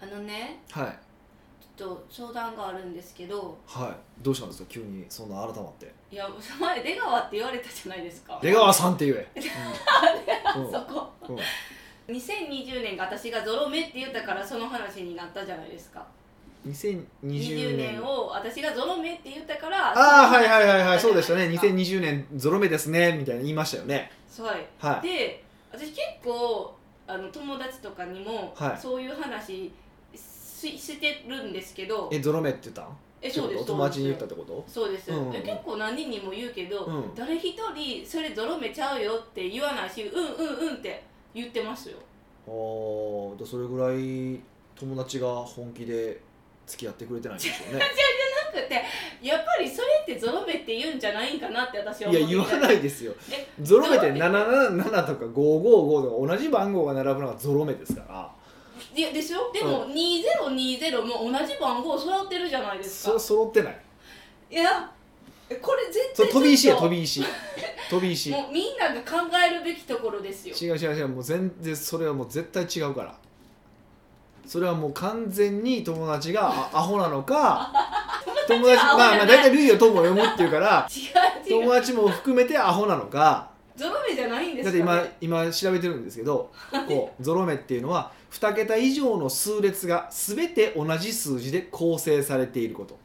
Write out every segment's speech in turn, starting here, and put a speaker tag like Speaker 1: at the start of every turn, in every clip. Speaker 1: あのね
Speaker 2: はい
Speaker 1: ちょっと相談があるんですけど
Speaker 2: はいどうしたんですか急にそんな改まって
Speaker 1: いや前出川って言われたじゃないですか
Speaker 2: 出川さんっ て言え、うんうん
Speaker 1: そこ
Speaker 2: うん
Speaker 1: 2020年が私がゾロ目って言ったからその話になったじゃないですか
Speaker 2: 2020
Speaker 1: 20年
Speaker 2: 年
Speaker 1: を私がゾロ目って言ったから
Speaker 2: ああはいはいはいはいそうでしたね
Speaker 1: 2020
Speaker 2: 2020年ゾロ目ですねみたいな言いましたよね
Speaker 1: はい
Speaker 2: はい
Speaker 1: で私結構あの友達とかにも、
Speaker 2: はい
Speaker 1: そういう話ししてるんですけど
Speaker 2: えゾロ目って言ったん
Speaker 1: えそうです
Speaker 2: お友達に言ったってこと
Speaker 1: そうです、
Speaker 2: うんうんうん
Speaker 1: え結構何人にも言うけど、
Speaker 2: うん
Speaker 1: 誰一人それゾロ目ちゃうよって言わないしうんうんうんって言ってますよ
Speaker 2: ああだそれぐらい友達が本気で付き合ってくれてないんでしょうね
Speaker 1: なくてやっぱりそれってゾロ目って言うん じゃないんかなって私はい思
Speaker 2: や言わ
Speaker 1: い
Speaker 2: ないですよ
Speaker 1: え
Speaker 2: ゾロ目って777とか555とか同じ番号が並ぶのがゾロ目ですから
Speaker 1: いやでしょでも、2020も同じ番号揃ってるじゃないですか
Speaker 2: そ揃ってない
Speaker 1: いやえこれ絶
Speaker 2: そ
Speaker 1: 対
Speaker 2: う飛び石や
Speaker 1: ちょっ
Speaker 2: 飛
Speaker 1: と
Speaker 2: び石飛び石違
Speaker 1: もうみんなが考えるべきところですよ
Speaker 2: う違う違うもう全然それはもう絶対違うからそれはもう完全に友達があアホな のか友達ま
Speaker 1: はア
Speaker 2: あ
Speaker 1: ホじ
Speaker 2: ま
Speaker 1: ゃな
Speaker 2: あ
Speaker 1: い
Speaker 2: 大体類を友を読むっていうから
Speaker 1: 違う違
Speaker 2: 友
Speaker 1: う
Speaker 2: 達も含めてアホなのか
Speaker 1: ゾロ目じゃないんで
Speaker 2: だっ
Speaker 1: す
Speaker 2: て
Speaker 1: か、ね、
Speaker 2: 今今調べてるんですけどこうゾロ目っていうのは2桁以上の数列が全て同じ数字で構成されていること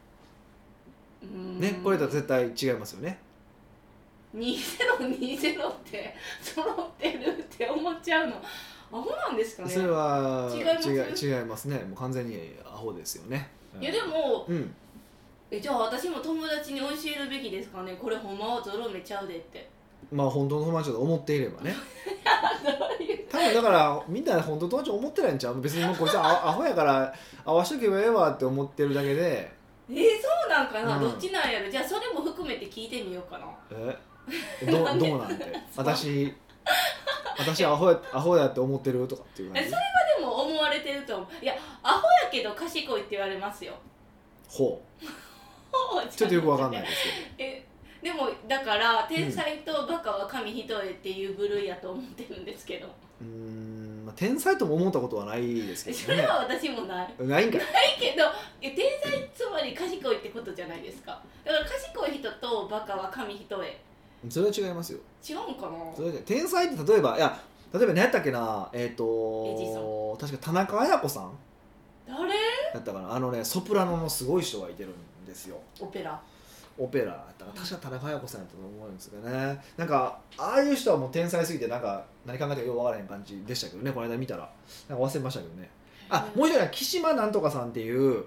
Speaker 1: うーん
Speaker 2: ねこれだと絶対違いますよね
Speaker 1: 2020って揃ってるって思っちゃうのアホなんですかね
Speaker 2: それは
Speaker 1: 違います
Speaker 2: 違い違いますねもう完全にアホですよねうん
Speaker 1: いやでも
Speaker 2: うん
Speaker 1: えじゃあ私も友達に教えるべきですかねこれほんまはゾロ目ちゃうでって
Speaker 2: まあ本当の友達だと思っていればね
Speaker 1: うい
Speaker 2: 多分だからみんな本当の友達思ってないんちゃう別にもうこいつ はアアホやから合わしとけばええわって思ってるだけで
Speaker 1: えー、そうなんかな、
Speaker 2: うん
Speaker 1: どっちなんやろじゃあそれも含めて聞いてみようかな
Speaker 2: えどどうなん て私私アホやアホやって思ってるとかっていう感
Speaker 1: え
Speaker 2: じ
Speaker 1: そでも思われてると思ういやアホやけど賢いって言われますよ
Speaker 2: ほ
Speaker 1: ほう
Speaker 2: うちょっとよくわかんないです
Speaker 1: えでもだから天才とバカは神一重っていう部類やと思ってるんですけど、
Speaker 2: けどうーん、まあ、天才とも思ったことはないですけ
Speaker 1: そ
Speaker 2: ど
Speaker 1: れ
Speaker 2: ね
Speaker 1: は私もない
Speaker 2: ないんかい
Speaker 1: ないけどえ天才つまり賢いってことじゃないですかだから賢い人とバカは神一重
Speaker 2: それは違いますよ
Speaker 1: 違うんかな
Speaker 2: それじゃ天才って例えばいや例えば何やったっけなえっ、
Speaker 1: エジ
Speaker 2: と確か田中綾子さん
Speaker 1: 誰
Speaker 2: だったかなあのねソプラノのすごい人がいてるんですよ
Speaker 1: オペラ
Speaker 2: オペラだったかな確か田中綾子さんやったと思うんですけどねなんかああいう人はもう天才すぎてなんか何考えてるかよくわからへん感じでしたけどねこの間見たらなんか忘れましたけどねあもう一人は岸間なんとかさんっていう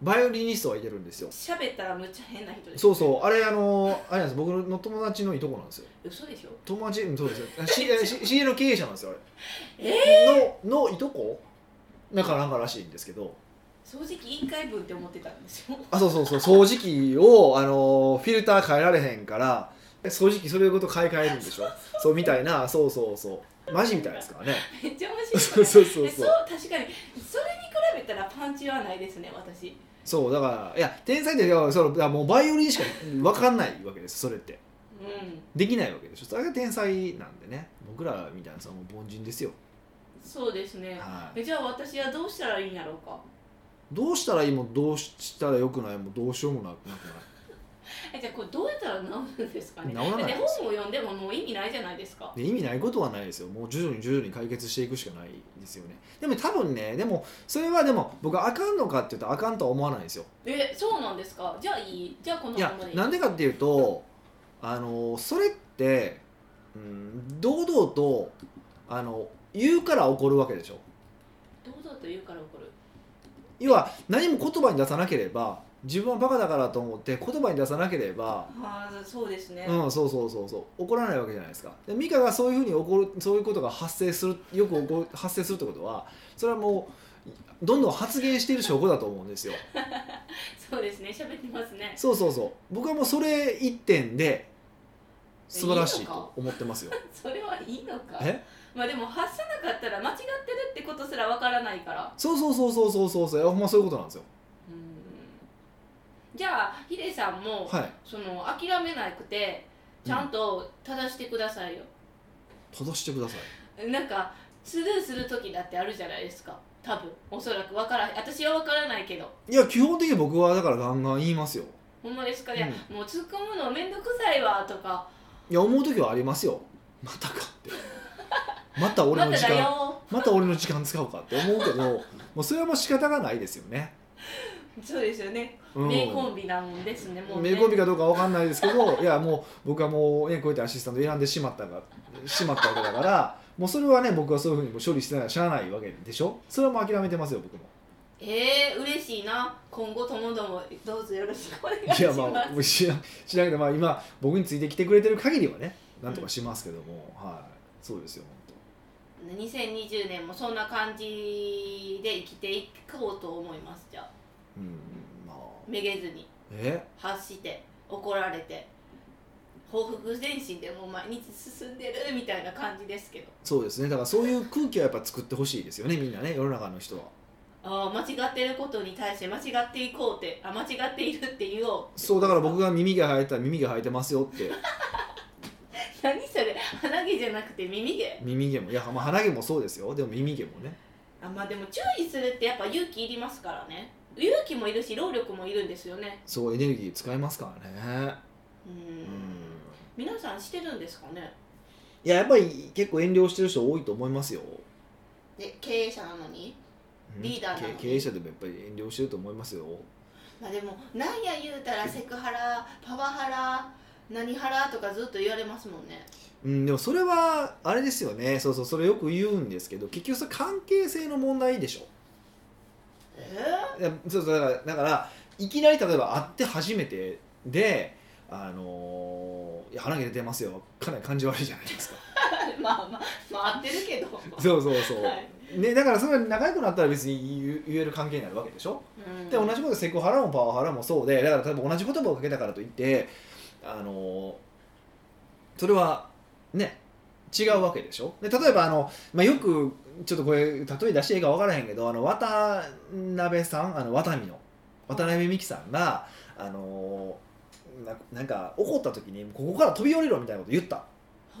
Speaker 2: バイオリニストがいてるんですよ
Speaker 1: 喋ったらむっちゃ変な人です
Speaker 2: そうそうあれあのあれなんです僕の友達のいとこなんですよ
Speaker 1: 嘘でしょ
Speaker 2: 友達うんそうですよ しえし知り合いの経営者なんですよあれののいとこなんかなんからしいんですけど
Speaker 1: 掃除機1回分って思ってたんですよ
Speaker 2: あそうそうそう掃除機をあのフィルター変えられへんから掃除機それごと買い替えるんで しょそうみたいなそうそうそうマジみたいですからね
Speaker 1: めっちゃ面白
Speaker 2: そう
Speaker 1: い
Speaker 2: そうそう
Speaker 1: えそ
Speaker 2: そうう
Speaker 1: 確かにそれに比べたらパンチはないですね私
Speaker 2: そうだからいや天才っていやそのだからもうバイオリンしか分かんないわけですそれって
Speaker 1: うん
Speaker 2: できないわけでしょそれが天才なんでね僕らみたいなさもう凡人ですよ、
Speaker 1: そうですね
Speaker 2: はい、
Speaker 1: えじゃあ私はどうしたらいいんやろうか
Speaker 2: どうしたらいいもどうしたらよくないもどうしようもなくなくない
Speaker 1: えじゃあこれどうやったら治るんですかね
Speaker 2: 治らな
Speaker 1: で
Speaker 2: いです
Speaker 1: 本を読んでももう意味ないじゃないですか
Speaker 2: で意味ないことはないですよもう徐々に徐々に解決していくしかないですよねでも多分ねでもそれはでも僕あかんのかって言うとあかんとは思わないんですよ
Speaker 1: えそうなんですかじゃあいいじゃあこの
Speaker 2: いや
Speaker 1: ままでいい
Speaker 2: なんでかっていうとあのそれって、うん、堂々とあの言うから起こるわけでしょ
Speaker 1: 堂々と言うから怒る
Speaker 2: 要は何も言葉に出さなければ自分はバカだからと思って言葉に出さなければ
Speaker 1: ああそうですね、
Speaker 2: うん、そうそうそうそう怒らないわけじゃないですかで美香がそういうふうに起こるそういうことが発生するよく起こ発生するってことはそれはもうどんどん発言している証拠だと思うんですよ
Speaker 1: そうですね喋ってますね
Speaker 2: そうそうそう僕はもうそれ一点で素晴らしいと思ってますよ
Speaker 1: それはいいのか
Speaker 2: え
Speaker 1: まあでも発さなかったら間違ってるってことすらわからないから
Speaker 2: そうそうそうそうそうそうそういやほんまそういうことなんですよ
Speaker 1: うんじゃあヒデさんも、
Speaker 2: はい
Speaker 1: その諦めなくてちゃんと正してくださいよ、
Speaker 2: 正してください
Speaker 1: なんかスルーする時だってあるじゃないですか多分おそらく分からへん私は分からないけど
Speaker 2: いや基本的に僕はだからガンガン言いますよ
Speaker 1: ほんまですかね、もう突っ込むのめんどくさいわとか
Speaker 2: いや思う時はありますよまたかってまた俺
Speaker 1: ま
Speaker 2: の
Speaker 1: た
Speaker 2: 時
Speaker 1: だ
Speaker 2: 間
Speaker 1: よ
Speaker 2: また俺の時間使うかって思うけ どもうそれはもう仕方がないですよね、
Speaker 1: そうですよね、
Speaker 2: うん、
Speaker 1: 名コンビなもんですねもうね
Speaker 2: 名コンビかどうかわかんないですけどいやもう僕はもうねこうやってアシスタント選んでしまったがしまったわけだからもうそれはね僕はそういうふうにもう処理してないしゃあないわけでしょそれはもう諦めてますよ 僕も
Speaker 1: えー、嬉しいな今後ともどもどうぞよろしくお願い
Speaker 2: い
Speaker 1: し
Speaker 2: や
Speaker 1: ます
Speaker 2: まあもう知ら知らんけどまあ今僕についてきてくれてる限りはねなんとかしますけども、はいそうですよ本
Speaker 1: 2020年もそんな感じで生きていこうと思いますじゃあ
Speaker 2: 当うんまあ
Speaker 1: めげずに
Speaker 2: え
Speaker 1: 発して怒られて報復前進でもう毎日進んでるみたいな感じですけど
Speaker 2: そうですねだからそういう空気はやっぱ作ってほしいですよねみんなね世の中の人は
Speaker 1: ああ間違ってることに対して間違っていこうってあ間違っているって言おう
Speaker 2: そうだから僕が耳が生えたら耳が生えてますよって
Speaker 1: 何それ鼻毛じゃなくて耳毛
Speaker 2: 耳毛もいやまあ鼻毛もそうですよでも耳毛もね
Speaker 1: あまあでも注意するってやっぱ勇気いりますからね勇気もいるし労力もいるんですよね
Speaker 2: そうエネルギー使いますからね
Speaker 1: うん
Speaker 2: うん
Speaker 1: 皆さんしてるんですかね
Speaker 2: いややっぱり結構遠慮してる人多いと思いますよ
Speaker 1: で経営者なのに
Speaker 2: うん
Speaker 1: リーダーなのに
Speaker 2: 経経営者でもやっぱり遠慮してると思いますよ
Speaker 1: まあでもなんや言うたらセクハラパワハラ何ハラとかずっと言われますもんね
Speaker 2: うん、でもそれはあれですよねそうそうそれよく言うんですけど結局それ関係性の問題でしょ
Speaker 1: え
Speaker 2: いやそうそうだからだからいきなり例えば会って初めてで「あのーいや鼻毛出てますよ」かなり感じ悪いじゃないですか
Speaker 1: ー、 まあまあまあ合ってるけど
Speaker 2: そうそうそう、
Speaker 1: はい
Speaker 2: ね、だからそれは仲良くなったら別に言う言える関係になるわけでしょ
Speaker 1: うん
Speaker 2: で同じことセクハラもパワハラもそうでだから多分同じ言葉をかけたからといってあのそれはね違うわけでしょで例えばあの、まあ、よくちょっとこれ例え出していいか分からへんけどあの渡辺さんあの渡美の渡辺美樹さんがあのななんか怒った時にここから飛び降りろみたいなこと言ったっ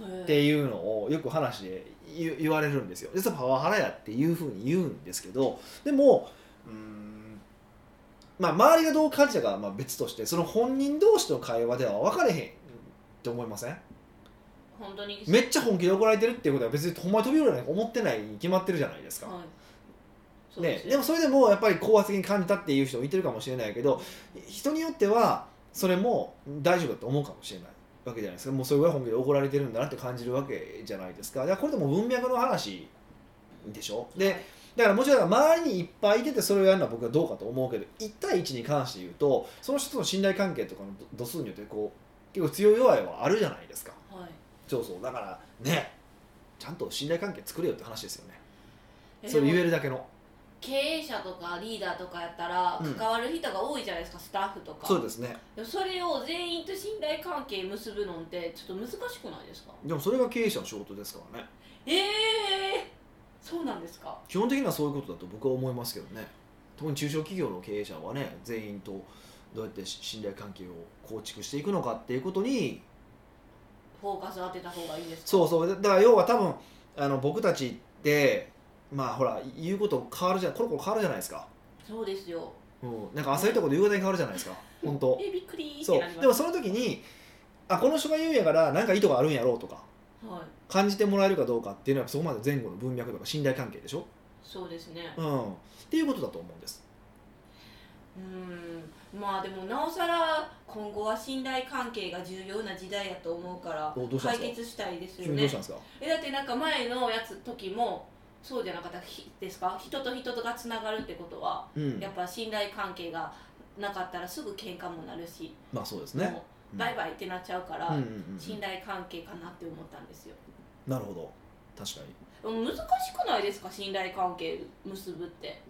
Speaker 1: へー
Speaker 2: ていうのをよく話で言言われるんですよでそれパワハラやっていうふうに言うんですけどでもうーんまあ周りがどう感じたかはまあ別としてその本人同士の会話では分かれへんって思いません
Speaker 1: 本当に
Speaker 2: めっちゃ本気で怒られてるっていうことは別にほんまに飛び降りるなんか思ってないに決まってるじゃないですか、
Speaker 1: はいそう
Speaker 2: ね
Speaker 1: で、す
Speaker 2: で
Speaker 1: よ
Speaker 2: もそれでもやっぱり高圧的に感じたっていう人もいてるかもしれないけど人によってはそれも大丈夫だと思うかもしれないわけじゃないですかもうそれぐらい本気で怒られてるんだなって感じるわけじゃないですかだからこれでも文脈の話でしょで
Speaker 1: はい
Speaker 2: だからもちろん周りにいっぱいいててそれをやるのは僕はどうかと思うけど1対1に関して言うとその人との信頼関係とかの度数によってこう結構強い弱いはあるじゃないですか
Speaker 1: はい
Speaker 2: そうそうだからねちゃんと信頼関係作れよって話ですよね
Speaker 1: え
Speaker 2: それ言
Speaker 1: で
Speaker 2: え
Speaker 1: も
Speaker 2: るだけの
Speaker 1: 経営者とかリーダーとかやったら
Speaker 2: うん
Speaker 1: 関わる人が多いじゃないですか、スタッフとか
Speaker 2: そうですね
Speaker 1: でもそれを全員と信頼関係結ぶのってちょっと難しくないですか
Speaker 2: でもそれが経営者の仕事ですからね
Speaker 1: ええそうなんですか
Speaker 2: 基本的にはそういうことだと僕は思いますけどね特に中小企業の経営者はね全員とどうやって信頼関係を構築していくのかっていうことに
Speaker 1: フォーカス当てた方がいいですか
Speaker 2: そうそうだだから要は多分あの僕たちってまあほら言うこと変わるじゃんコロコロ変わるじゃないですか、
Speaker 1: そうですよ
Speaker 2: うん、なんか朝言ったこと夕方に変わるじゃないですか本当
Speaker 1: えびっくりっ
Speaker 2: そ
Speaker 1: て
Speaker 2: う
Speaker 1: なります
Speaker 2: でもその時にあこの人が言うんやからなんか意図があるんやろうとか
Speaker 1: はい
Speaker 2: 感じてもらえるかどうかっていうのはそこまで前後の文脈とか信頼関係でしょ、
Speaker 1: そうですね
Speaker 2: うん、っていうことだと思うんです
Speaker 1: うんまあでもなおさら今後は信頼関係が重要な時代やと思うから
Speaker 2: おどうしたん
Speaker 1: 解
Speaker 2: ですか
Speaker 1: 決したいです
Speaker 2: 急
Speaker 1: よ
Speaker 2: にどう
Speaker 1: ね
Speaker 2: したんですか
Speaker 1: えだってなんか前のやつ時もそうじゃなかったひですか人と人とがつながるってことは
Speaker 2: うん
Speaker 1: やっぱ信頼関係がなかったらすぐ喧嘩もなるし、
Speaker 2: まあそうですね
Speaker 1: もうバイバイってなっちゃうから、
Speaker 2: うんうんうんうん
Speaker 1: 信頼関係かなって思ったんですよ
Speaker 2: なるほど確か
Speaker 1: でも難しくないですか信頼関係結ぶって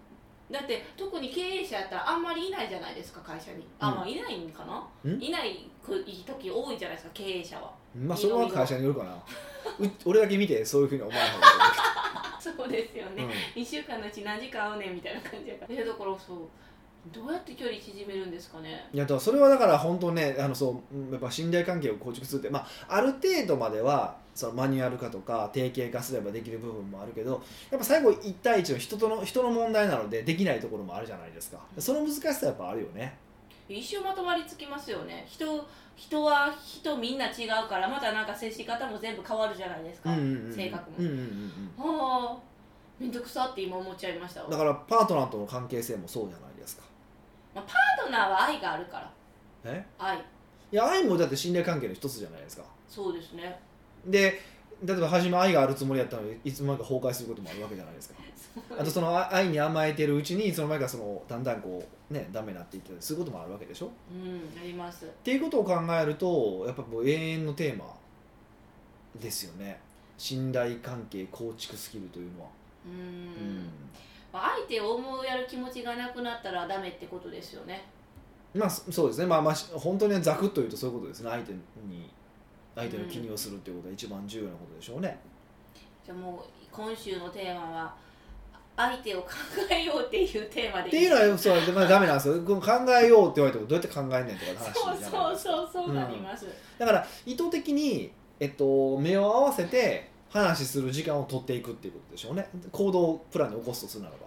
Speaker 1: だって特に経営者やったらあんまりいないじゃないですか会社にあ、
Speaker 2: うん
Speaker 1: まあいないんかな、
Speaker 2: ん
Speaker 1: いない時多いじゃないですか経営者は
Speaker 2: にまあそれは会社によるか なう俺だけ見てそういうふうに思わない方が
Speaker 1: そうですよ
Speaker 2: いい
Speaker 1: ね、1週間のうち何時間会うねんみたいな感じやからえだからそうどうやって距離縮めるんですかね
Speaker 2: いやだからそれはだから本当ねあのそううんやっぱ信頼関係を構築するって、まあ、ある程度まではそのマニュアル化とか定型化すればできる部分もあるけどやっぱ最後1対1の人との人の問題なのでできないところもあるじゃないですかその難しさはやっぱあるよね
Speaker 1: 一生まとまりつきますよね人人は人みんな違うからまたなんか接し方も全部変わるじゃないですか、
Speaker 2: うんうんうん
Speaker 1: 性格も
Speaker 2: うんうんうん
Speaker 1: はあ面倒くさって今思っちゃいました
Speaker 2: う
Speaker 1: わ
Speaker 2: んだからパートナーとの関係性もそうじゃないですか
Speaker 1: パートナーは愛があるから
Speaker 2: え
Speaker 1: 愛
Speaker 2: いや愛もだって信頼関係の一つじゃないですか
Speaker 1: そうですね
Speaker 2: で例えば初め愛があるつもりだったのにいつの間にか崩壊することもあるわけじゃないですか
Speaker 1: そう
Speaker 2: あとそのあ愛に甘えてるうちにいつの間にかそのだんだんこうねダメになっていったりすることもあるわけでしょっ
Speaker 1: うんあります
Speaker 2: ていうことを考えるとやっぱもう永遠のテーマですよね信頼関係構築スキルというのは、
Speaker 1: うん
Speaker 2: うん
Speaker 1: まあ相手を思うやる気持ちがなくなったらダメってことですよね
Speaker 2: まあそそうですねまあまあし本当にざくっと言うとそういうことですね相手に相手の気にをするっていうことが一番重要なことでしょうね、
Speaker 1: じゃあもう今週のテーマは相手を考えようっていうテーマで
Speaker 2: っていうのはそう、まあ、ダメなんですよこの考えようって言われてもどうやって考えんねんとかの話じゃ
Speaker 1: そ
Speaker 2: ないうですか
Speaker 1: そうそうそうなります、
Speaker 2: だから意図的に、えっと、目を合わせて話する時間を取っていくっていうことでしょうね行動プランに起こすとするならば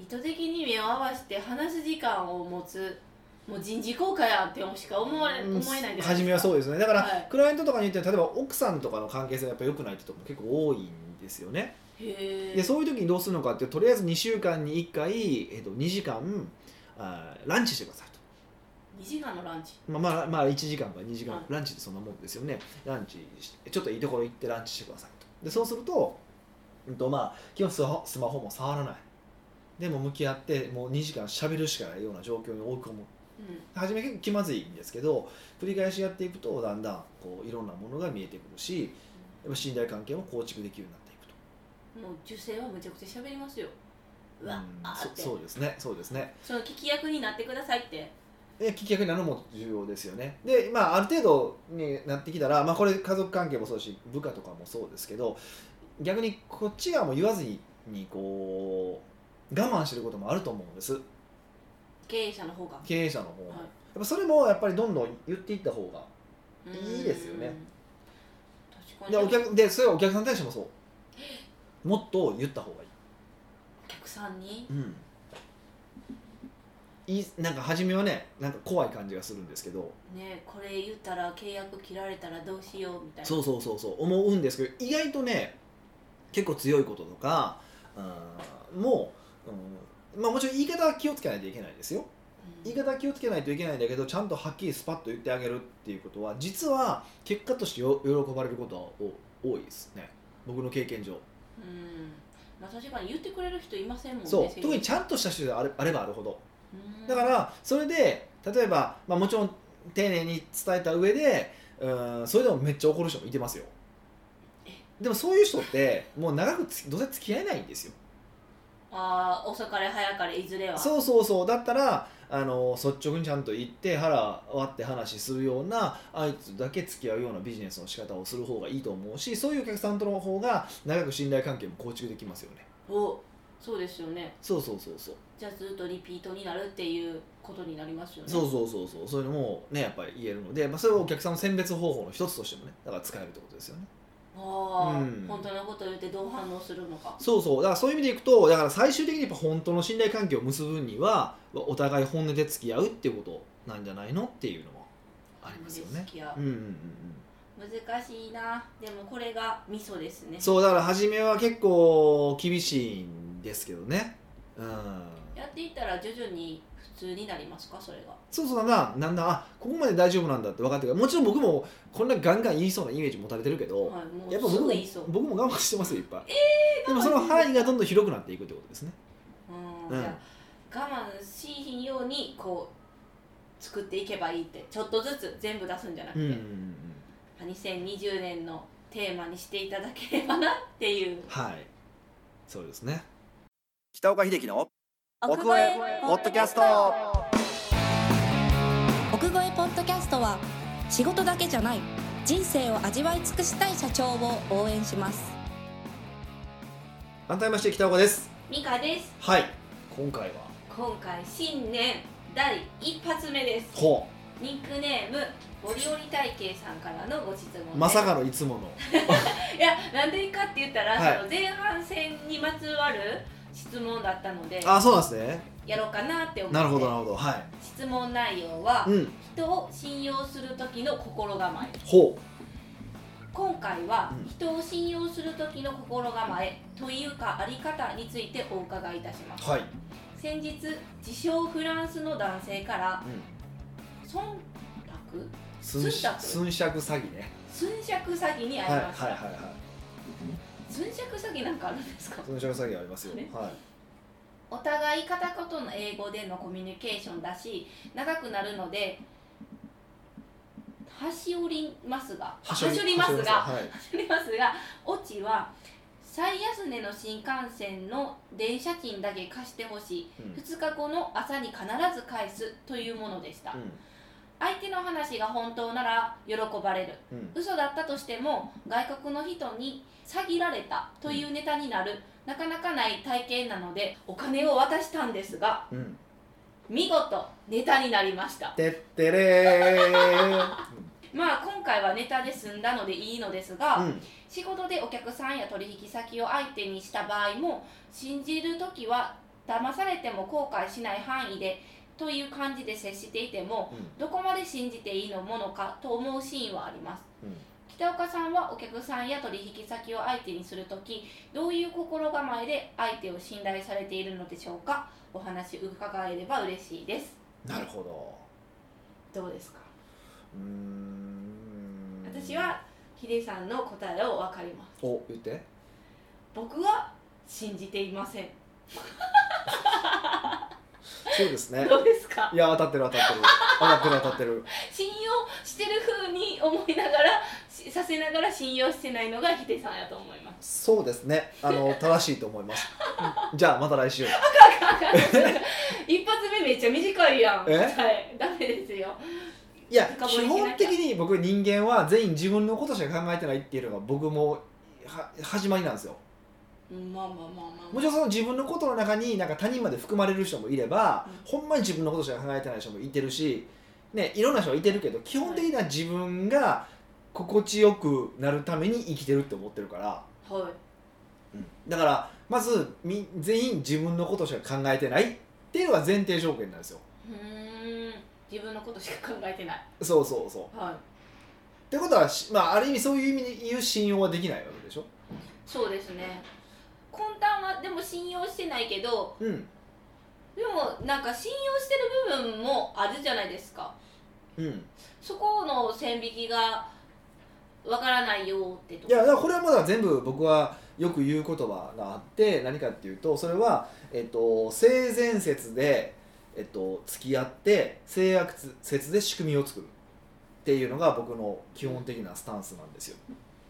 Speaker 1: 意図的に目を合わせて話す時間を持つもう人事効果やんってしか思われ思えないじゃないですか
Speaker 2: 初めはそううですねだから、
Speaker 1: はい
Speaker 2: クライアントとかに言って例えば奥さんとかの関係性がやっぱ良くないってとこも結構多いんですよね
Speaker 1: へ
Speaker 2: でそういう時にどうするのかってとりあえず2週間に1回、えっと、2時間あーランチしてくださいと。
Speaker 1: 2時間のランチ
Speaker 2: まあまあ、まあ1時間か2時間、
Speaker 1: はい
Speaker 2: ランチってそんなもんですよねランチしちょっといいところ行ってランチしてくださいとでそうすると,、うんとまあ、基本スマホスマホも触らないでも向き合ってもう2時間しゃべるしかないような状況に追い込む
Speaker 1: うん
Speaker 2: 初め結構気まずいんですけど繰り返しやっていくとだんだんこういろんなものが見えてくるしやっぱ信頼関係も構築できるようになって
Speaker 1: もう女
Speaker 2: いくと
Speaker 1: 性はむちゃくちゃ喋りますようわ
Speaker 2: うん
Speaker 1: あーって
Speaker 2: そそうですねそうですね
Speaker 1: その聞き役になってくださいって
Speaker 2: で聞き役になるのも重要ですよねで、まあ、ある程度になってきたら、まあ、これ家族関係もそうだし部下とかもそうですけど逆にこっち側も言わずにこう我慢してることもあると思うんです
Speaker 1: 経営者の方が
Speaker 2: 経営者の方も、
Speaker 1: はい
Speaker 2: やっぱそれもやっぱりどんどん言っていった方がいいですよね
Speaker 1: うん確
Speaker 2: で
Speaker 1: かに
Speaker 2: お客でそれはお客さんに対してもそうもっと言った方がいい
Speaker 1: お客さんに
Speaker 2: うんいいなんか初めはねなんか怖い感じがするんですけど
Speaker 1: ねこれ言ったら契約切られたらどうしようみたいな
Speaker 2: そうそうそうそう思うんですけど意外とね結構強いこととか、うん、もう、うんまあ、もちろん言い方は気をつけないといけないですよ
Speaker 1: うん
Speaker 2: 言い方は気をつけないといけないんだけどちゃんとはっきりスパッと言ってあげるっていうことは実は結果としてよ喜ばれることはお多いですね僕の経験上、
Speaker 1: うんまあ確かに言ってくれる人いませんもんね
Speaker 2: そう
Speaker 1: 先生
Speaker 2: 特にちゃんとした人であれあればあるほど
Speaker 1: うん
Speaker 2: だからそれで例えば、まあ、もちろん丁寧に伝えた上でうんそれでもめっちゃ怒る人もいてますよでもそういう人ってもう長くつどうせ付き合えないんですよ
Speaker 1: ああ遅かれ早かれいずれは
Speaker 2: そうそうそうだったらあの率直にちゃんと言って腹割って話するようなあいつだけ付き合うようなビジネスの仕方をする方がいいと思うしそういうお客さんとの方が長く信頼関係も構築できますよね
Speaker 1: おそうですよね
Speaker 2: そうそうそうそう
Speaker 1: じゃあずっとリピートになるっていうことになりますよね
Speaker 2: そうそうそうそうそういうのもねやっぱり言えるので、まあ、それはお客さんの選別方法の一つとしてもねだから使えるってことですよね
Speaker 1: ああ、
Speaker 2: うん
Speaker 1: 本当のことを言ってどう反応するのか
Speaker 2: そうそうだからそういう意味でいくとだから最終的にやっぱ本当の信頼関係を結ぶにはお互い本音で付き合うっていうことなんじゃないのっていうのもありますよね
Speaker 1: 付き合う
Speaker 2: うんうんうん
Speaker 1: 難しいなでもこれがミソですね
Speaker 2: うんそうだから初めは結構厳しいんですけどねうん
Speaker 1: やっていったら徐々に普通になりますかそれが
Speaker 2: そうそうだなだんだんあここまで大丈夫なんだって分かってくるもちろん僕もこんなガンガン言いそうなイメージ持たれてるけど、
Speaker 1: はいも
Speaker 2: やっ
Speaker 1: う
Speaker 2: ぱ
Speaker 1: す
Speaker 2: 僕
Speaker 1: ぐ
Speaker 2: も
Speaker 1: 言いそう
Speaker 2: 僕も我慢してますよいっぱい、でも
Speaker 1: 我慢
Speaker 2: そ
Speaker 1: してる
Speaker 2: の範囲がどんどん広くなっていくってことですね
Speaker 1: うん、
Speaker 2: うん
Speaker 1: じゃあ我慢しいひんようにこう作っていけばいいってちょっとずつ全部出すんじゃなく
Speaker 2: う
Speaker 1: て、
Speaker 2: んうんうんうん
Speaker 1: 2020年のテーマにしていただければなっていう
Speaker 2: はい。そうですね。北岡秀樹の奥越えポッドキャスト。
Speaker 3: 奥越えポッドキャストは仕事だけじゃない人生を味わい尽くしたい社長を応援します
Speaker 2: 改めまして北岡です。
Speaker 1: ミカです
Speaker 2: はい。今回は
Speaker 1: 今今回新年第一発目です
Speaker 2: ほ
Speaker 1: ニックネームボリオリ体系さんからのご質問です
Speaker 2: うまさかのいつもの
Speaker 1: いやなんでかって言ったら、
Speaker 2: はい
Speaker 1: その前半戦にまつわる質問だったので
Speaker 2: あそうなんですね
Speaker 1: やろうかなって思って
Speaker 2: なるほどなるほどは、
Speaker 1: 質問内容はい
Speaker 2: うん
Speaker 1: 人を信用する時の心構え
Speaker 2: ほ
Speaker 1: 今回は
Speaker 2: うん
Speaker 1: 人を信用する時の心構えというかあり方についてお伺いいたします
Speaker 2: うはい、
Speaker 1: 先日自称フランスの男性から
Speaker 2: うん、
Speaker 1: 忖度
Speaker 2: 寸
Speaker 1: 寸尺
Speaker 2: 寸尺詐欺ね
Speaker 1: 寸尺詐欺に
Speaker 2: はい
Speaker 1: 遭
Speaker 2: はい
Speaker 1: いました、
Speaker 2: はいはい
Speaker 1: 寸尺詐欺なんかあるんですか
Speaker 2: 寸尺詐欺ありますよ、
Speaker 1: ね
Speaker 2: はい
Speaker 1: お互い片言の英語でのコミュニケーションだし長くなるので端折りますが端折りますが
Speaker 2: はい
Speaker 1: ありますがオチは最安値の新幹線の電車賃だけ貸してほしい
Speaker 2: うん
Speaker 1: 2日後の朝に必ず返すというものでした、
Speaker 2: う
Speaker 1: 相手の話が本当なら喜ばれる
Speaker 2: んうん
Speaker 1: 嘘だったとしても外国の人に詐欺られたというネタになる、なかなかない体験なのでお金を渡したんですが
Speaker 2: うん
Speaker 1: 見事ネタになりました
Speaker 2: てってれー
Speaker 1: まあ今回はネタで済んだのでいいのですが、
Speaker 2: うん
Speaker 1: 仕事でお客さんや取引先を相手にした場合も信じる時は騙されても後悔しない範囲でという感じで接していても
Speaker 2: うん
Speaker 1: どこまで信じていいのものかと思うシーンはあります
Speaker 2: うん
Speaker 1: 北岡さんはお客さんや取引先を相手にする時どういう心構えで相手を信頼されているのでしょうかお話伺えれば嬉しいです
Speaker 2: なるほど
Speaker 1: どうですか
Speaker 2: うーん
Speaker 1: 私はヒデさんの答えを分かります
Speaker 2: お言って
Speaker 1: 僕は信じていません
Speaker 2: そうです ね
Speaker 1: どうですか
Speaker 2: いや当たってる当たってる当たってる当たってる
Speaker 1: 信用してる風に思いながらしさせながら信用してないのがヒデさんやと思います
Speaker 2: そうですねあの正しいと思いますうんじゃあまた来週
Speaker 1: 一発目めっちゃ短いやん
Speaker 2: え
Speaker 1: はいダメですよ
Speaker 2: いや
Speaker 1: 深掘り
Speaker 2: 基
Speaker 1: しなき
Speaker 2: 本
Speaker 1: ゃ
Speaker 2: 的に僕人間は全員自分のことしか考えてないっていうのが僕もは始まりなんですよ
Speaker 1: うんまあまあまあまあ、まあ、
Speaker 2: もちろんその自分のことの中になんか他人まで含まれる人もいれば、
Speaker 1: う
Speaker 2: ほんまに自分のことしか考えてない人もいてるし、ね、いろんな人はいてるけど基本的には自分が心地よくなるために生きてるって思ってるから、
Speaker 1: はい
Speaker 2: だからまずみ全員自分のことしか考えてないっていうのが前提条件なんですよ。
Speaker 1: うーん自分のことしか考えてない
Speaker 2: そうそうそう
Speaker 1: はい
Speaker 2: ってことはし、まあ、ある意味そういう意味で言う信用はできないわけでしょ。
Speaker 1: そうですね根端はでも信用してないけど
Speaker 2: うん
Speaker 1: でもなんか信用してる部分もあるじゃないですか
Speaker 2: うん、
Speaker 1: そこの線引きがわからないよってとこ
Speaker 2: いやだからこれはもうだから全部僕はよく言う言葉があって何かっていうとそれは、えっと、性善説で、えっと、付き合って性悪説で仕組みを作るっていうのが僕の基本的なスタンスなんですよ。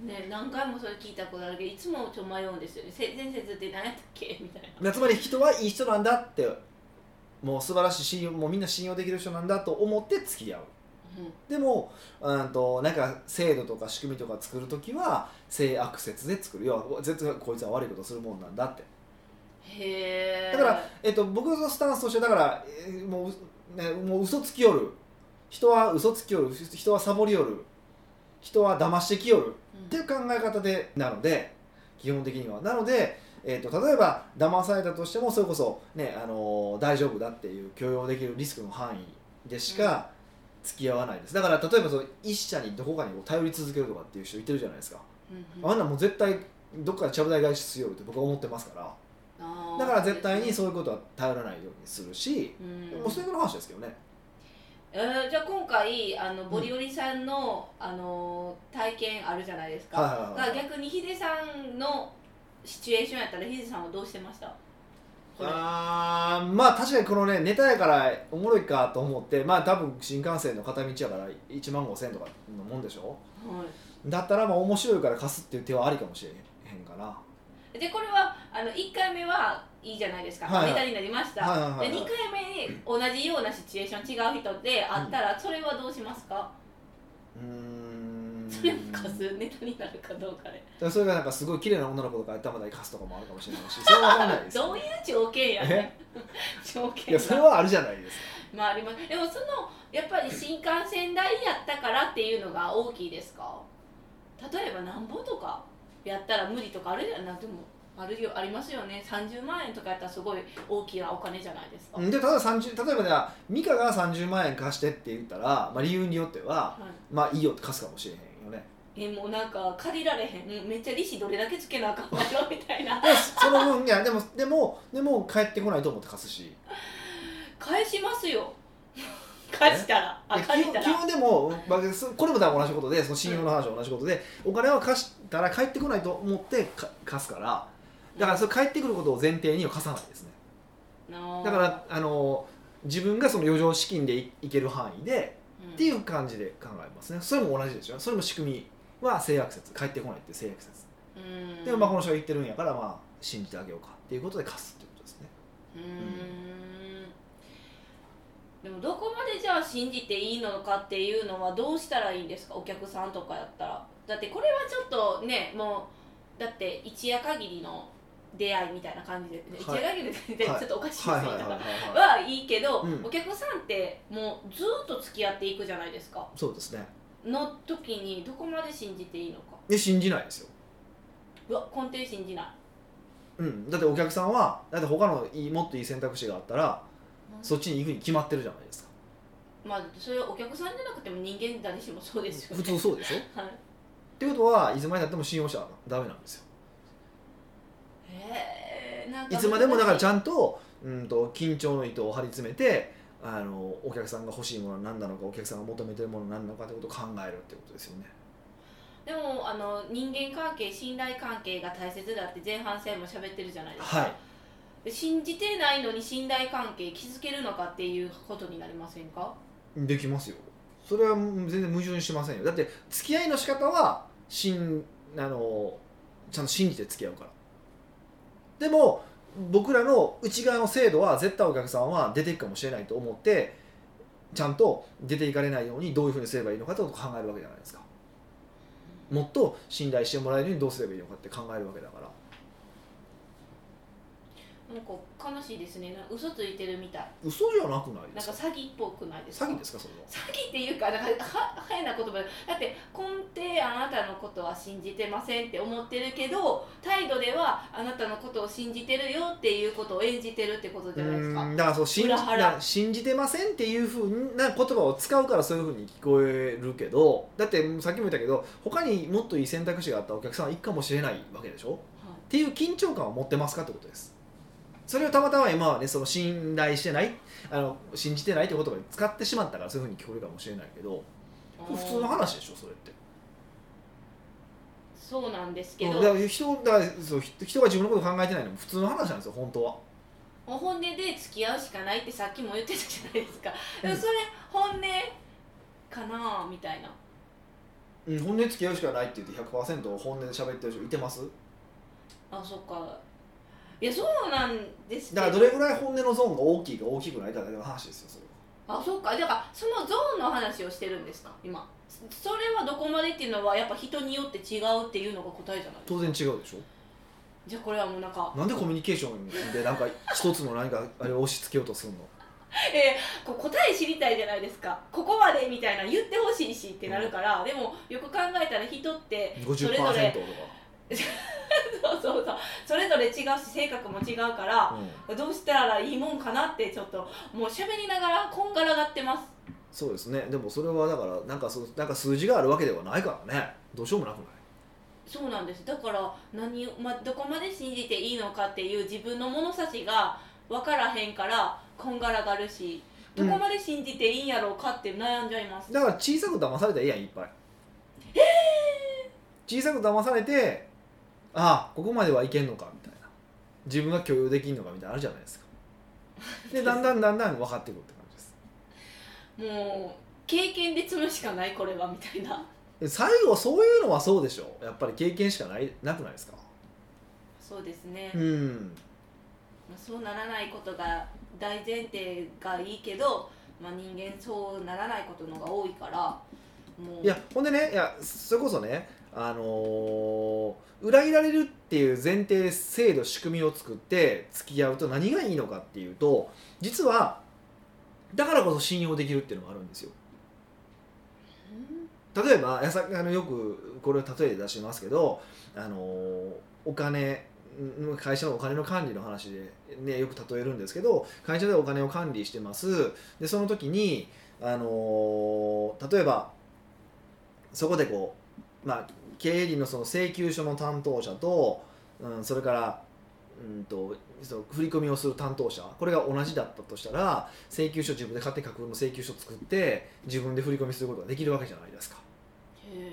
Speaker 1: ね、何回もそれ聞いたことあるけどいつもちょ迷うんですよね「性善説って何やったっけ?」みたいな
Speaker 2: まあつまり人はいい人なんだってもう素晴らしい信用もうみんな信用できる人なんだと思って付き合う
Speaker 1: う
Speaker 2: でもうんとなんか制度とか仕組みとか作る時は性悪説で作る要は絶対こいつは悪いことするもんなんだって、
Speaker 1: んへえ
Speaker 2: だからえっと、僕のスタンスとしてだから、えーもう、ね、もう嘘つきよる人は嘘つきよる人はサボりよる人は騙してきよるっていう考え方でなので基本的にはなので、えー、と例えば騙されたとしてもそれこそ、ねあのー大丈夫だっていう許容できるリスクの範囲でしか付き合わないですだから例えばその一社にどこかにこう頼り続けるとかっていう人いてるじゃないですか、あんなんもう絶対どっかでちゃぶ台返ししようって僕は思ってますからだから絶対にそういうことは頼らないようにするし、
Speaker 1: うん、
Speaker 2: もうそれぐらいの話ですけどね
Speaker 1: えーじゃあ今回あのボリオリさんの、あのー体験あるじゃないですか、
Speaker 2: はいはいはいはい
Speaker 1: が逆にヒデさんのシチュエーションやったらヒデさんはどうしてましたこれ
Speaker 2: あーまあ確かにこのねネタやからおもろいかと思ってまあ多分新幹線の片道やから1万5000とかのもんでしょ
Speaker 1: はい
Speaker 2: だったらまあ面白いから貸すっていう手はありかもしれへんかな
Speaker 1: でこれはあの1回目はいいじゃないですか、
Speaker 2: はいはい
Speaker 1: ネタになりました、
Speaker 2: はいはいはいはい
Speaker 1: で2回目に同じようなシチュエーション違う人であったらそれはどうしますか、
Speaker 2: うーん
Speaker 1: そ れも数ネタになるかどうかで
Speaker 2: らそれがなんかすごい綺麗な女の子とか頭で貸すとかもあるかもしれないしそれは分かんないで す
Speaker 1: どういう条件やね 条
Speaker 2: い
Speaker 1: 件
Speaker 2: や
Speaker 1: が
Speaker 2: それはあるじゃないですか
Speaker 1: まあありますでもそのやっぱり新幹線代やったからっていうのが大きいですか例えばなんぼとかやったら無理とかあるじゃなでもあるよありますよね30万円とかやったらすごい大きなお金じゃないですか、
Speaker 2: うんでただ30例えばじゃあ美香が30万円貸してって言ったら、まあ、理由によっては
Speaker 1: はい
Speaker 2: まあいいよって貸すかもしれへんよね
Speaker 1: えもうなんか借りられへんうんめっちゃ利子どれだけつけなあかんのよみたいな
Speaker 2: でその分いやでもでもでも帰ってこないと思って貸すし
Speaker 1: 返しますよ 返したらあ
Speaker 2: で
Speaker 1: 借
Speaker 2: 基
Speaker 1: り
Speaker 2: 本
Speaker 1: た
Speaker 2: 基
Speaker 1: ら
Speaker 2: 本でも、まあ、そこれも多分同じことでその信用の話は同じことで、お金は貸したら帰ってこないと思ってか貸すからだからそれ帰ってくることを前提には貸さないですね
Speaker 1: の
Speaker 2: だからあの自分がその余剰資金でいいける範囲で
Speaker 1: うん
Speaker 2: っていう感じで考えますねそれも同じでしょそれも仕組みは性悪説帰ってこないっていう性悪説
Speaker 1: うん
Speaker 2: でもまあこの人が言ってるんやからまあ信じてあげようかっていうことで貸すっていうことですね
Speaker 1: うーんでもどこまでじゃあ信じていいのかっていうのはどうしたらいいんですかお客さんとかやったらだってこれはちょっとねもうだって一夜限りの出会いみたいな感じで、一夜限りでちょっとおかしいですね、
Speaker 2: はいはいはいはい、は
Speaker 1: は
Speaker 2: い、
Speaker 1: いいけど、
Speaker 2: うん
Speaker 1: お客さんってもうずっと付き合っていくじゃないですか
Speaker 2: そうですね
Speaker 1: の時にどこまで信じていいのか
Speaker 2: で信じないですよ
Speaker 1: うわ根底信じない
Speaker 2: うん、だってお客さんはだって他のいいもっといい選択肢があったらそっちに行くに決まってるじゃないですか
Speaker 1: まあそれはお客さんじゃなくても人間誰しもそうですよ
Speaker 2: 普
Speaker 1: ね
Speaker 2: 通そうでしょっ
Speaker 1: はい
Speaker 2: てことはいつまでたっても信用しちゃダメなんですよ
Speaker 1: へーなん
Speaker 2: い
Speaker 1: か
Speaker 2: つまでもだからち
Speaker 1: ゃ
Speaker 2: ゃんとうんと緊張の糸を張り詰めてあのお客さんが欲しいものは何なのかお客さんが求めてるものは何なのかってことを考えるってことですよね
Speaker 1: でもあの人間関係信頼関係が大切だって前半戦も喋ってるじゃないですか、
Speaker 2: はい
Speaker 1: で信じてないのに信頼関係築けるのかっていうことになりませんか
Speaker 2: できますよそれは全然矛盾しませんよだって付き合いの仕方はしんあのちゃんと信じて付き合うからでも僕らの内側の制度は絶対お客さんは出ていくかもしれないと思ってちゃんと出ていかれないようにどういうふうにすればいいのかってことを考えるわけじゃないですかもっと信頼してもらえるようにどうすればいいのかって考えるわけだから
Speaker 1: なんか悲しいですねなんか嘘ついてるみたい
Speaker 2: 嘘じゃなくないで
Speaker 1: なん
Speaker 2: す
Speaker 1: か詐
Speaker 2: か
Speaker 1: 欺っぽくないですか
Speaker 2: 詐欺ですかそれは
Speaker 1: 詐欺っていうかなんかは変な言葉でだって根底あなたのことは信じてませんって思ってるけど態度ではあなたのことを信じてるよっていうことを演じてるってことじゃないですか
Speaker 2: うんだからそう信じ
Speaker 1: 裏
Speaker 2: だか
Speaker 1: 腹
Speaker 2: ら信じてませんっていうふうな言葉を使うからそういうふうに聞こえるけどだってさっきも言ったけど他にもっといい選択肢があったお客さんは行くかもしれないわけでしょ
Speaker 1: はい
Speaker 2: っていう緊張感を持ってますかってことですそれをたまたま今はねその信頼してないあの信じてないって言葉に使ってしまったからそういうふうに聞こえるかもしれないけど普通の話でしょそれって
Speaker 1: そうなんですけど、
Speaker 2: うんだから人だからそう人人が自分のことを考えてないのも普通の話なんですよ本当は
Speaker 1: もう本音で付き合うしかないってさっきも言ってたじゃないですか、
Speaker 2: うん
Speaker 1: でもそれ本音かなみたいな
Speaker 2: うん本音付き合うしかないって言って100%本音で喋ってる人いてます
Speaker 1: あそっかいやそうなんですけ
Speaker 2: だからどれぐらい本音のゾーンが大きいか大きくないかだけの話ですよそれは
Speaker 1: あそっかだからそのゾーンの話をしてるんですか今そそれはどこまでっていうのはやっぱ人によって違うっていうのが答えじゃない
Speaker 2: 当然違うでし
Speaker 1: じゃあこれはもうなんか
Speaker 2: ょなんでコミュニケーションでなんか一つの何かあれを押し付けようとするの
Speaker 1: えーこう答え知りたいじゃないですかここまでみたいな言ってほしいしってなるから、でもよく考えたら人ってそれ
Speaker 2: 50%と
Speaker 1: ぞ
Speaker 2: か
Speaker 1: れ そうそうそうそれぞれ違うし性格も違うから、
Speaker 2: うん、
Speaker 1: どうしたらいいもんかなってちょっともう喋りながらこんがらがってます
Speaker 2: そうですねでもそれはだからなんかそうなんか数字があるわけではないからねどうしようもなくない
Speaker 1: そうなんですだから何、ま、どこまで信じていいのかっていう自分の物差しが分からへんからこんがらがるしどこまで信じていいんやろうかって悩んじゃいます、
Speaker 2: だから小さく騙されたらいいやんいっぱい小さく騙されてああここまではいけんのかみたいな自分が許容できんのかみたいなのあるじゃないですかでだんだんだんだん分かってくるって感じです
Speaker 1: もう経験で積むしかないこれはみたいな
Speaker 2: 最後そういうのはそうでしょやっぱり経験しかないなくないですか
Speaker 1: そうですね、
Speaker 2: うん
Speaker 1: まあそうならないことが大前提がいいけど、まあ、人間そうならないことのが多いから、もう
Speaker 2: いやほんでねいやそれこそねあのー裏切られるっていう前提で制度仕組みを作って付き合うと何がいいのかっていうと実はだからこそ信用できるっていうのがあるんですよ例えばやさあのよくこれを例えで出しますけど、あのーお金うん会社のお金の管理の話で、ね、よく例えるんですけど会社でお金を管理してますでその時に、あのー例えばそこでこう、まあ、経理のその請求書の担当者と、うん、それから、うん、とその振り込みをする担当者これが同じだったとしたら請求書自分で買って架空の請求書作って自分で振り込みすることができるわけじゃないですか。
Speaker 1: へー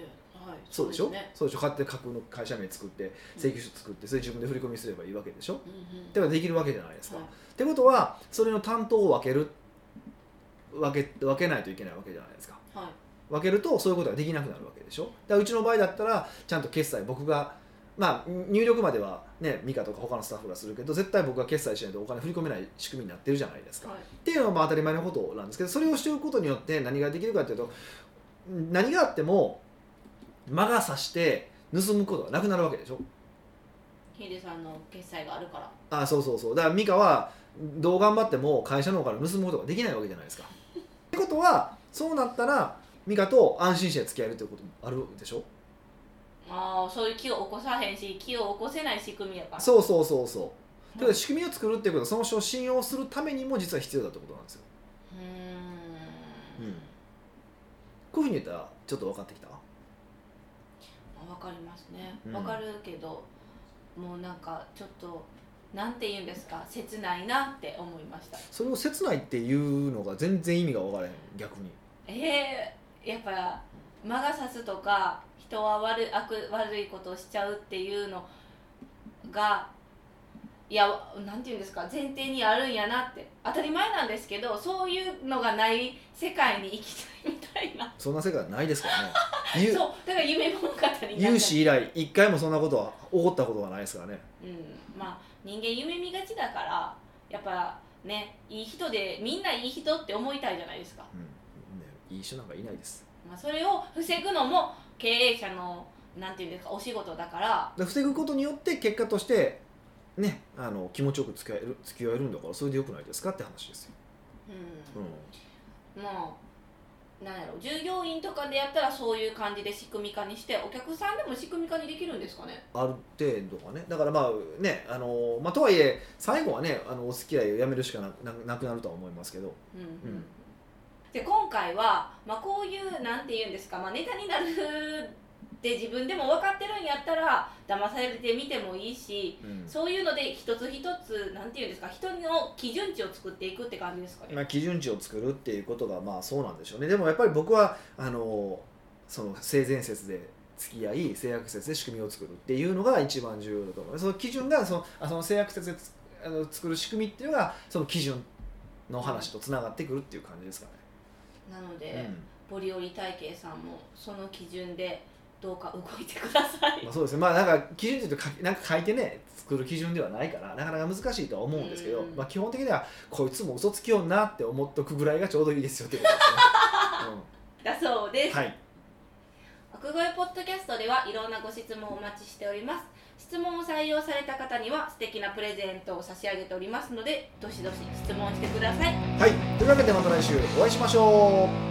Speaker 1: はい
Speaker 2: そうでしょ
Speaker 1: すね
Speaker 2: そうでしょ買って架空の会社名作って請求書作ってそれ自分で振り込みすればいいわけでしょ
Speaker 1: うんうん
Speaker 2: ではできるわけじゃないですか、
Speaker 1: はい
Speaker 2: ってことはそれの担当を分ける分け分けないといけないわけじゃないですか
Speaker 1: はい
Speaker 2: 分けるとそういうことができなくなるわけでしょだからうちの場合だったらちゃんと決済僕がまあ入力まではねミカとか他のスタッフがするけど絶対僕が決済しないとお金振り込めない仕組みになってるじゃないですか
Speaker 1: はい
Speaker 2: っていうのはまあ当たり前のことなんですけどそれをしておくことによって何ができるかというと何があっても魔が差して盗むことがなくなるわけでしょ
Speaker 1: ヒデさんの決済があるから
Speaker 2: あそうそうそうだから美香はどう頑張っても会社の方から盗むことができないわけじゃないですかってことはそうなったら美香と安心して付き合えるということもあるでしょ
Speaker 1: ああそういう気を起こさへんし気を起こせない仕組みやから
Speaker 2: そうそうそうそう
Speaker 1: う
Speaker 2: だから仕組みを作るっていうことはその人を信用するためにも実は必要だってことなんですよ、
Speaker 1: うーん、
Speaker 2: こういうふうに言ったらちょっと分かってきた
Speaker 1: まあ、分かりますね
Speaker 2: うん
Speaker 1: 分かるけど、もうなんかちょっとなんて言うんですか切ないなって思いました
Speaker 2: それを切ないっていうのが全然意味が分からへん逆に
Speaker 1: えー、やっぱ魔が差すとか人は悪い悪悪いことをしちゃうっていうのがいやなんて言うんですか前提にあるんやなって当たり前なんですけどそういうのがない世界に生きたいみたいな
Speaker 2: そんな世界はないで すからねゆ
Speaker 1: そうだから夢物語になっちゃう
Speaker 2: 有志以来一回もそんなことは起こったことがないですからね
Speaker 1: うん、まあ人間夢見がちだからやっぱねいい人でみんないい人って思いたいじゃないですか、
Speaker 2: うんねいい人なんかいないです
Speaker 1: まあ、それを防ぐのも経営者のなんていうんですかお仕事だから
Speaker 2: で防ぐことによって結果としてねあの気持ちよく付き合える付き合えるんだからそれでよくないですかって話ですよ、
Speaker 1: う、
Speaker 2: うんん
Speaker 1: もうなんやろ従業員とかでやったらそういう感じで仕組み化にしてお客さんでも仕組み化にできるんですかね
Speaker 2: ある程度がねだからまあねあの、まあ、とはいえ最後はねあのお付き合いをやめるしかなななくなるとは思いますけど
Speaker 1: うん
Speaker 2: うん
Speaker 1: で今回は、まあ、こういうなんて言うんですか、まあ、ネタになるって自分でも分かってるんやったら騙されてみてもいいし
Speaker 2: うん
Speaker 1: そういうので一つ一つなんて言うんですか人の基準値を作っていくって感じですかね、
Speaker 2: まあ、基準値を作るっていうことがまあそうなんでしょうねでもやっぱり僕はあのその性善説で付き合い性悪説で仕組みを作るっていうのが一番重要だと思うその基準がそのあその性悪説でつあの作る仕組みっていうのがその基準の話とつながってくるっていう感じですかね、
Speaker 1: なの
Speaker 2: う
Speaker 1: で、
Speaker 2: ん
Speaker 1: ボリオリ体系さんもその基準でどうか動いてください
Speaker 2: まあ、そうですねまあなんか基準というとかなんか書いてね作る基準ではないからなかなか難しいとは思うんですけど、
Speaker 1: うん
Speaker 2: まあ、基本的にはこいつも嘘つきよんなって思っとくぐらいがちょうどいいですよってことですね、
Speaker 1: だそうで
Speaker 2: うん、
Speaker 1: す、
Speaker 2: はい
Speaker 1: 奥越ポッドキャストではいろんなご質問をお待ちしております質問を採用された方には素敵なプレゼントを差し上げておりますのでどしどし質問してください
Speaker 2: はいというわけでまた来週お会いしましょう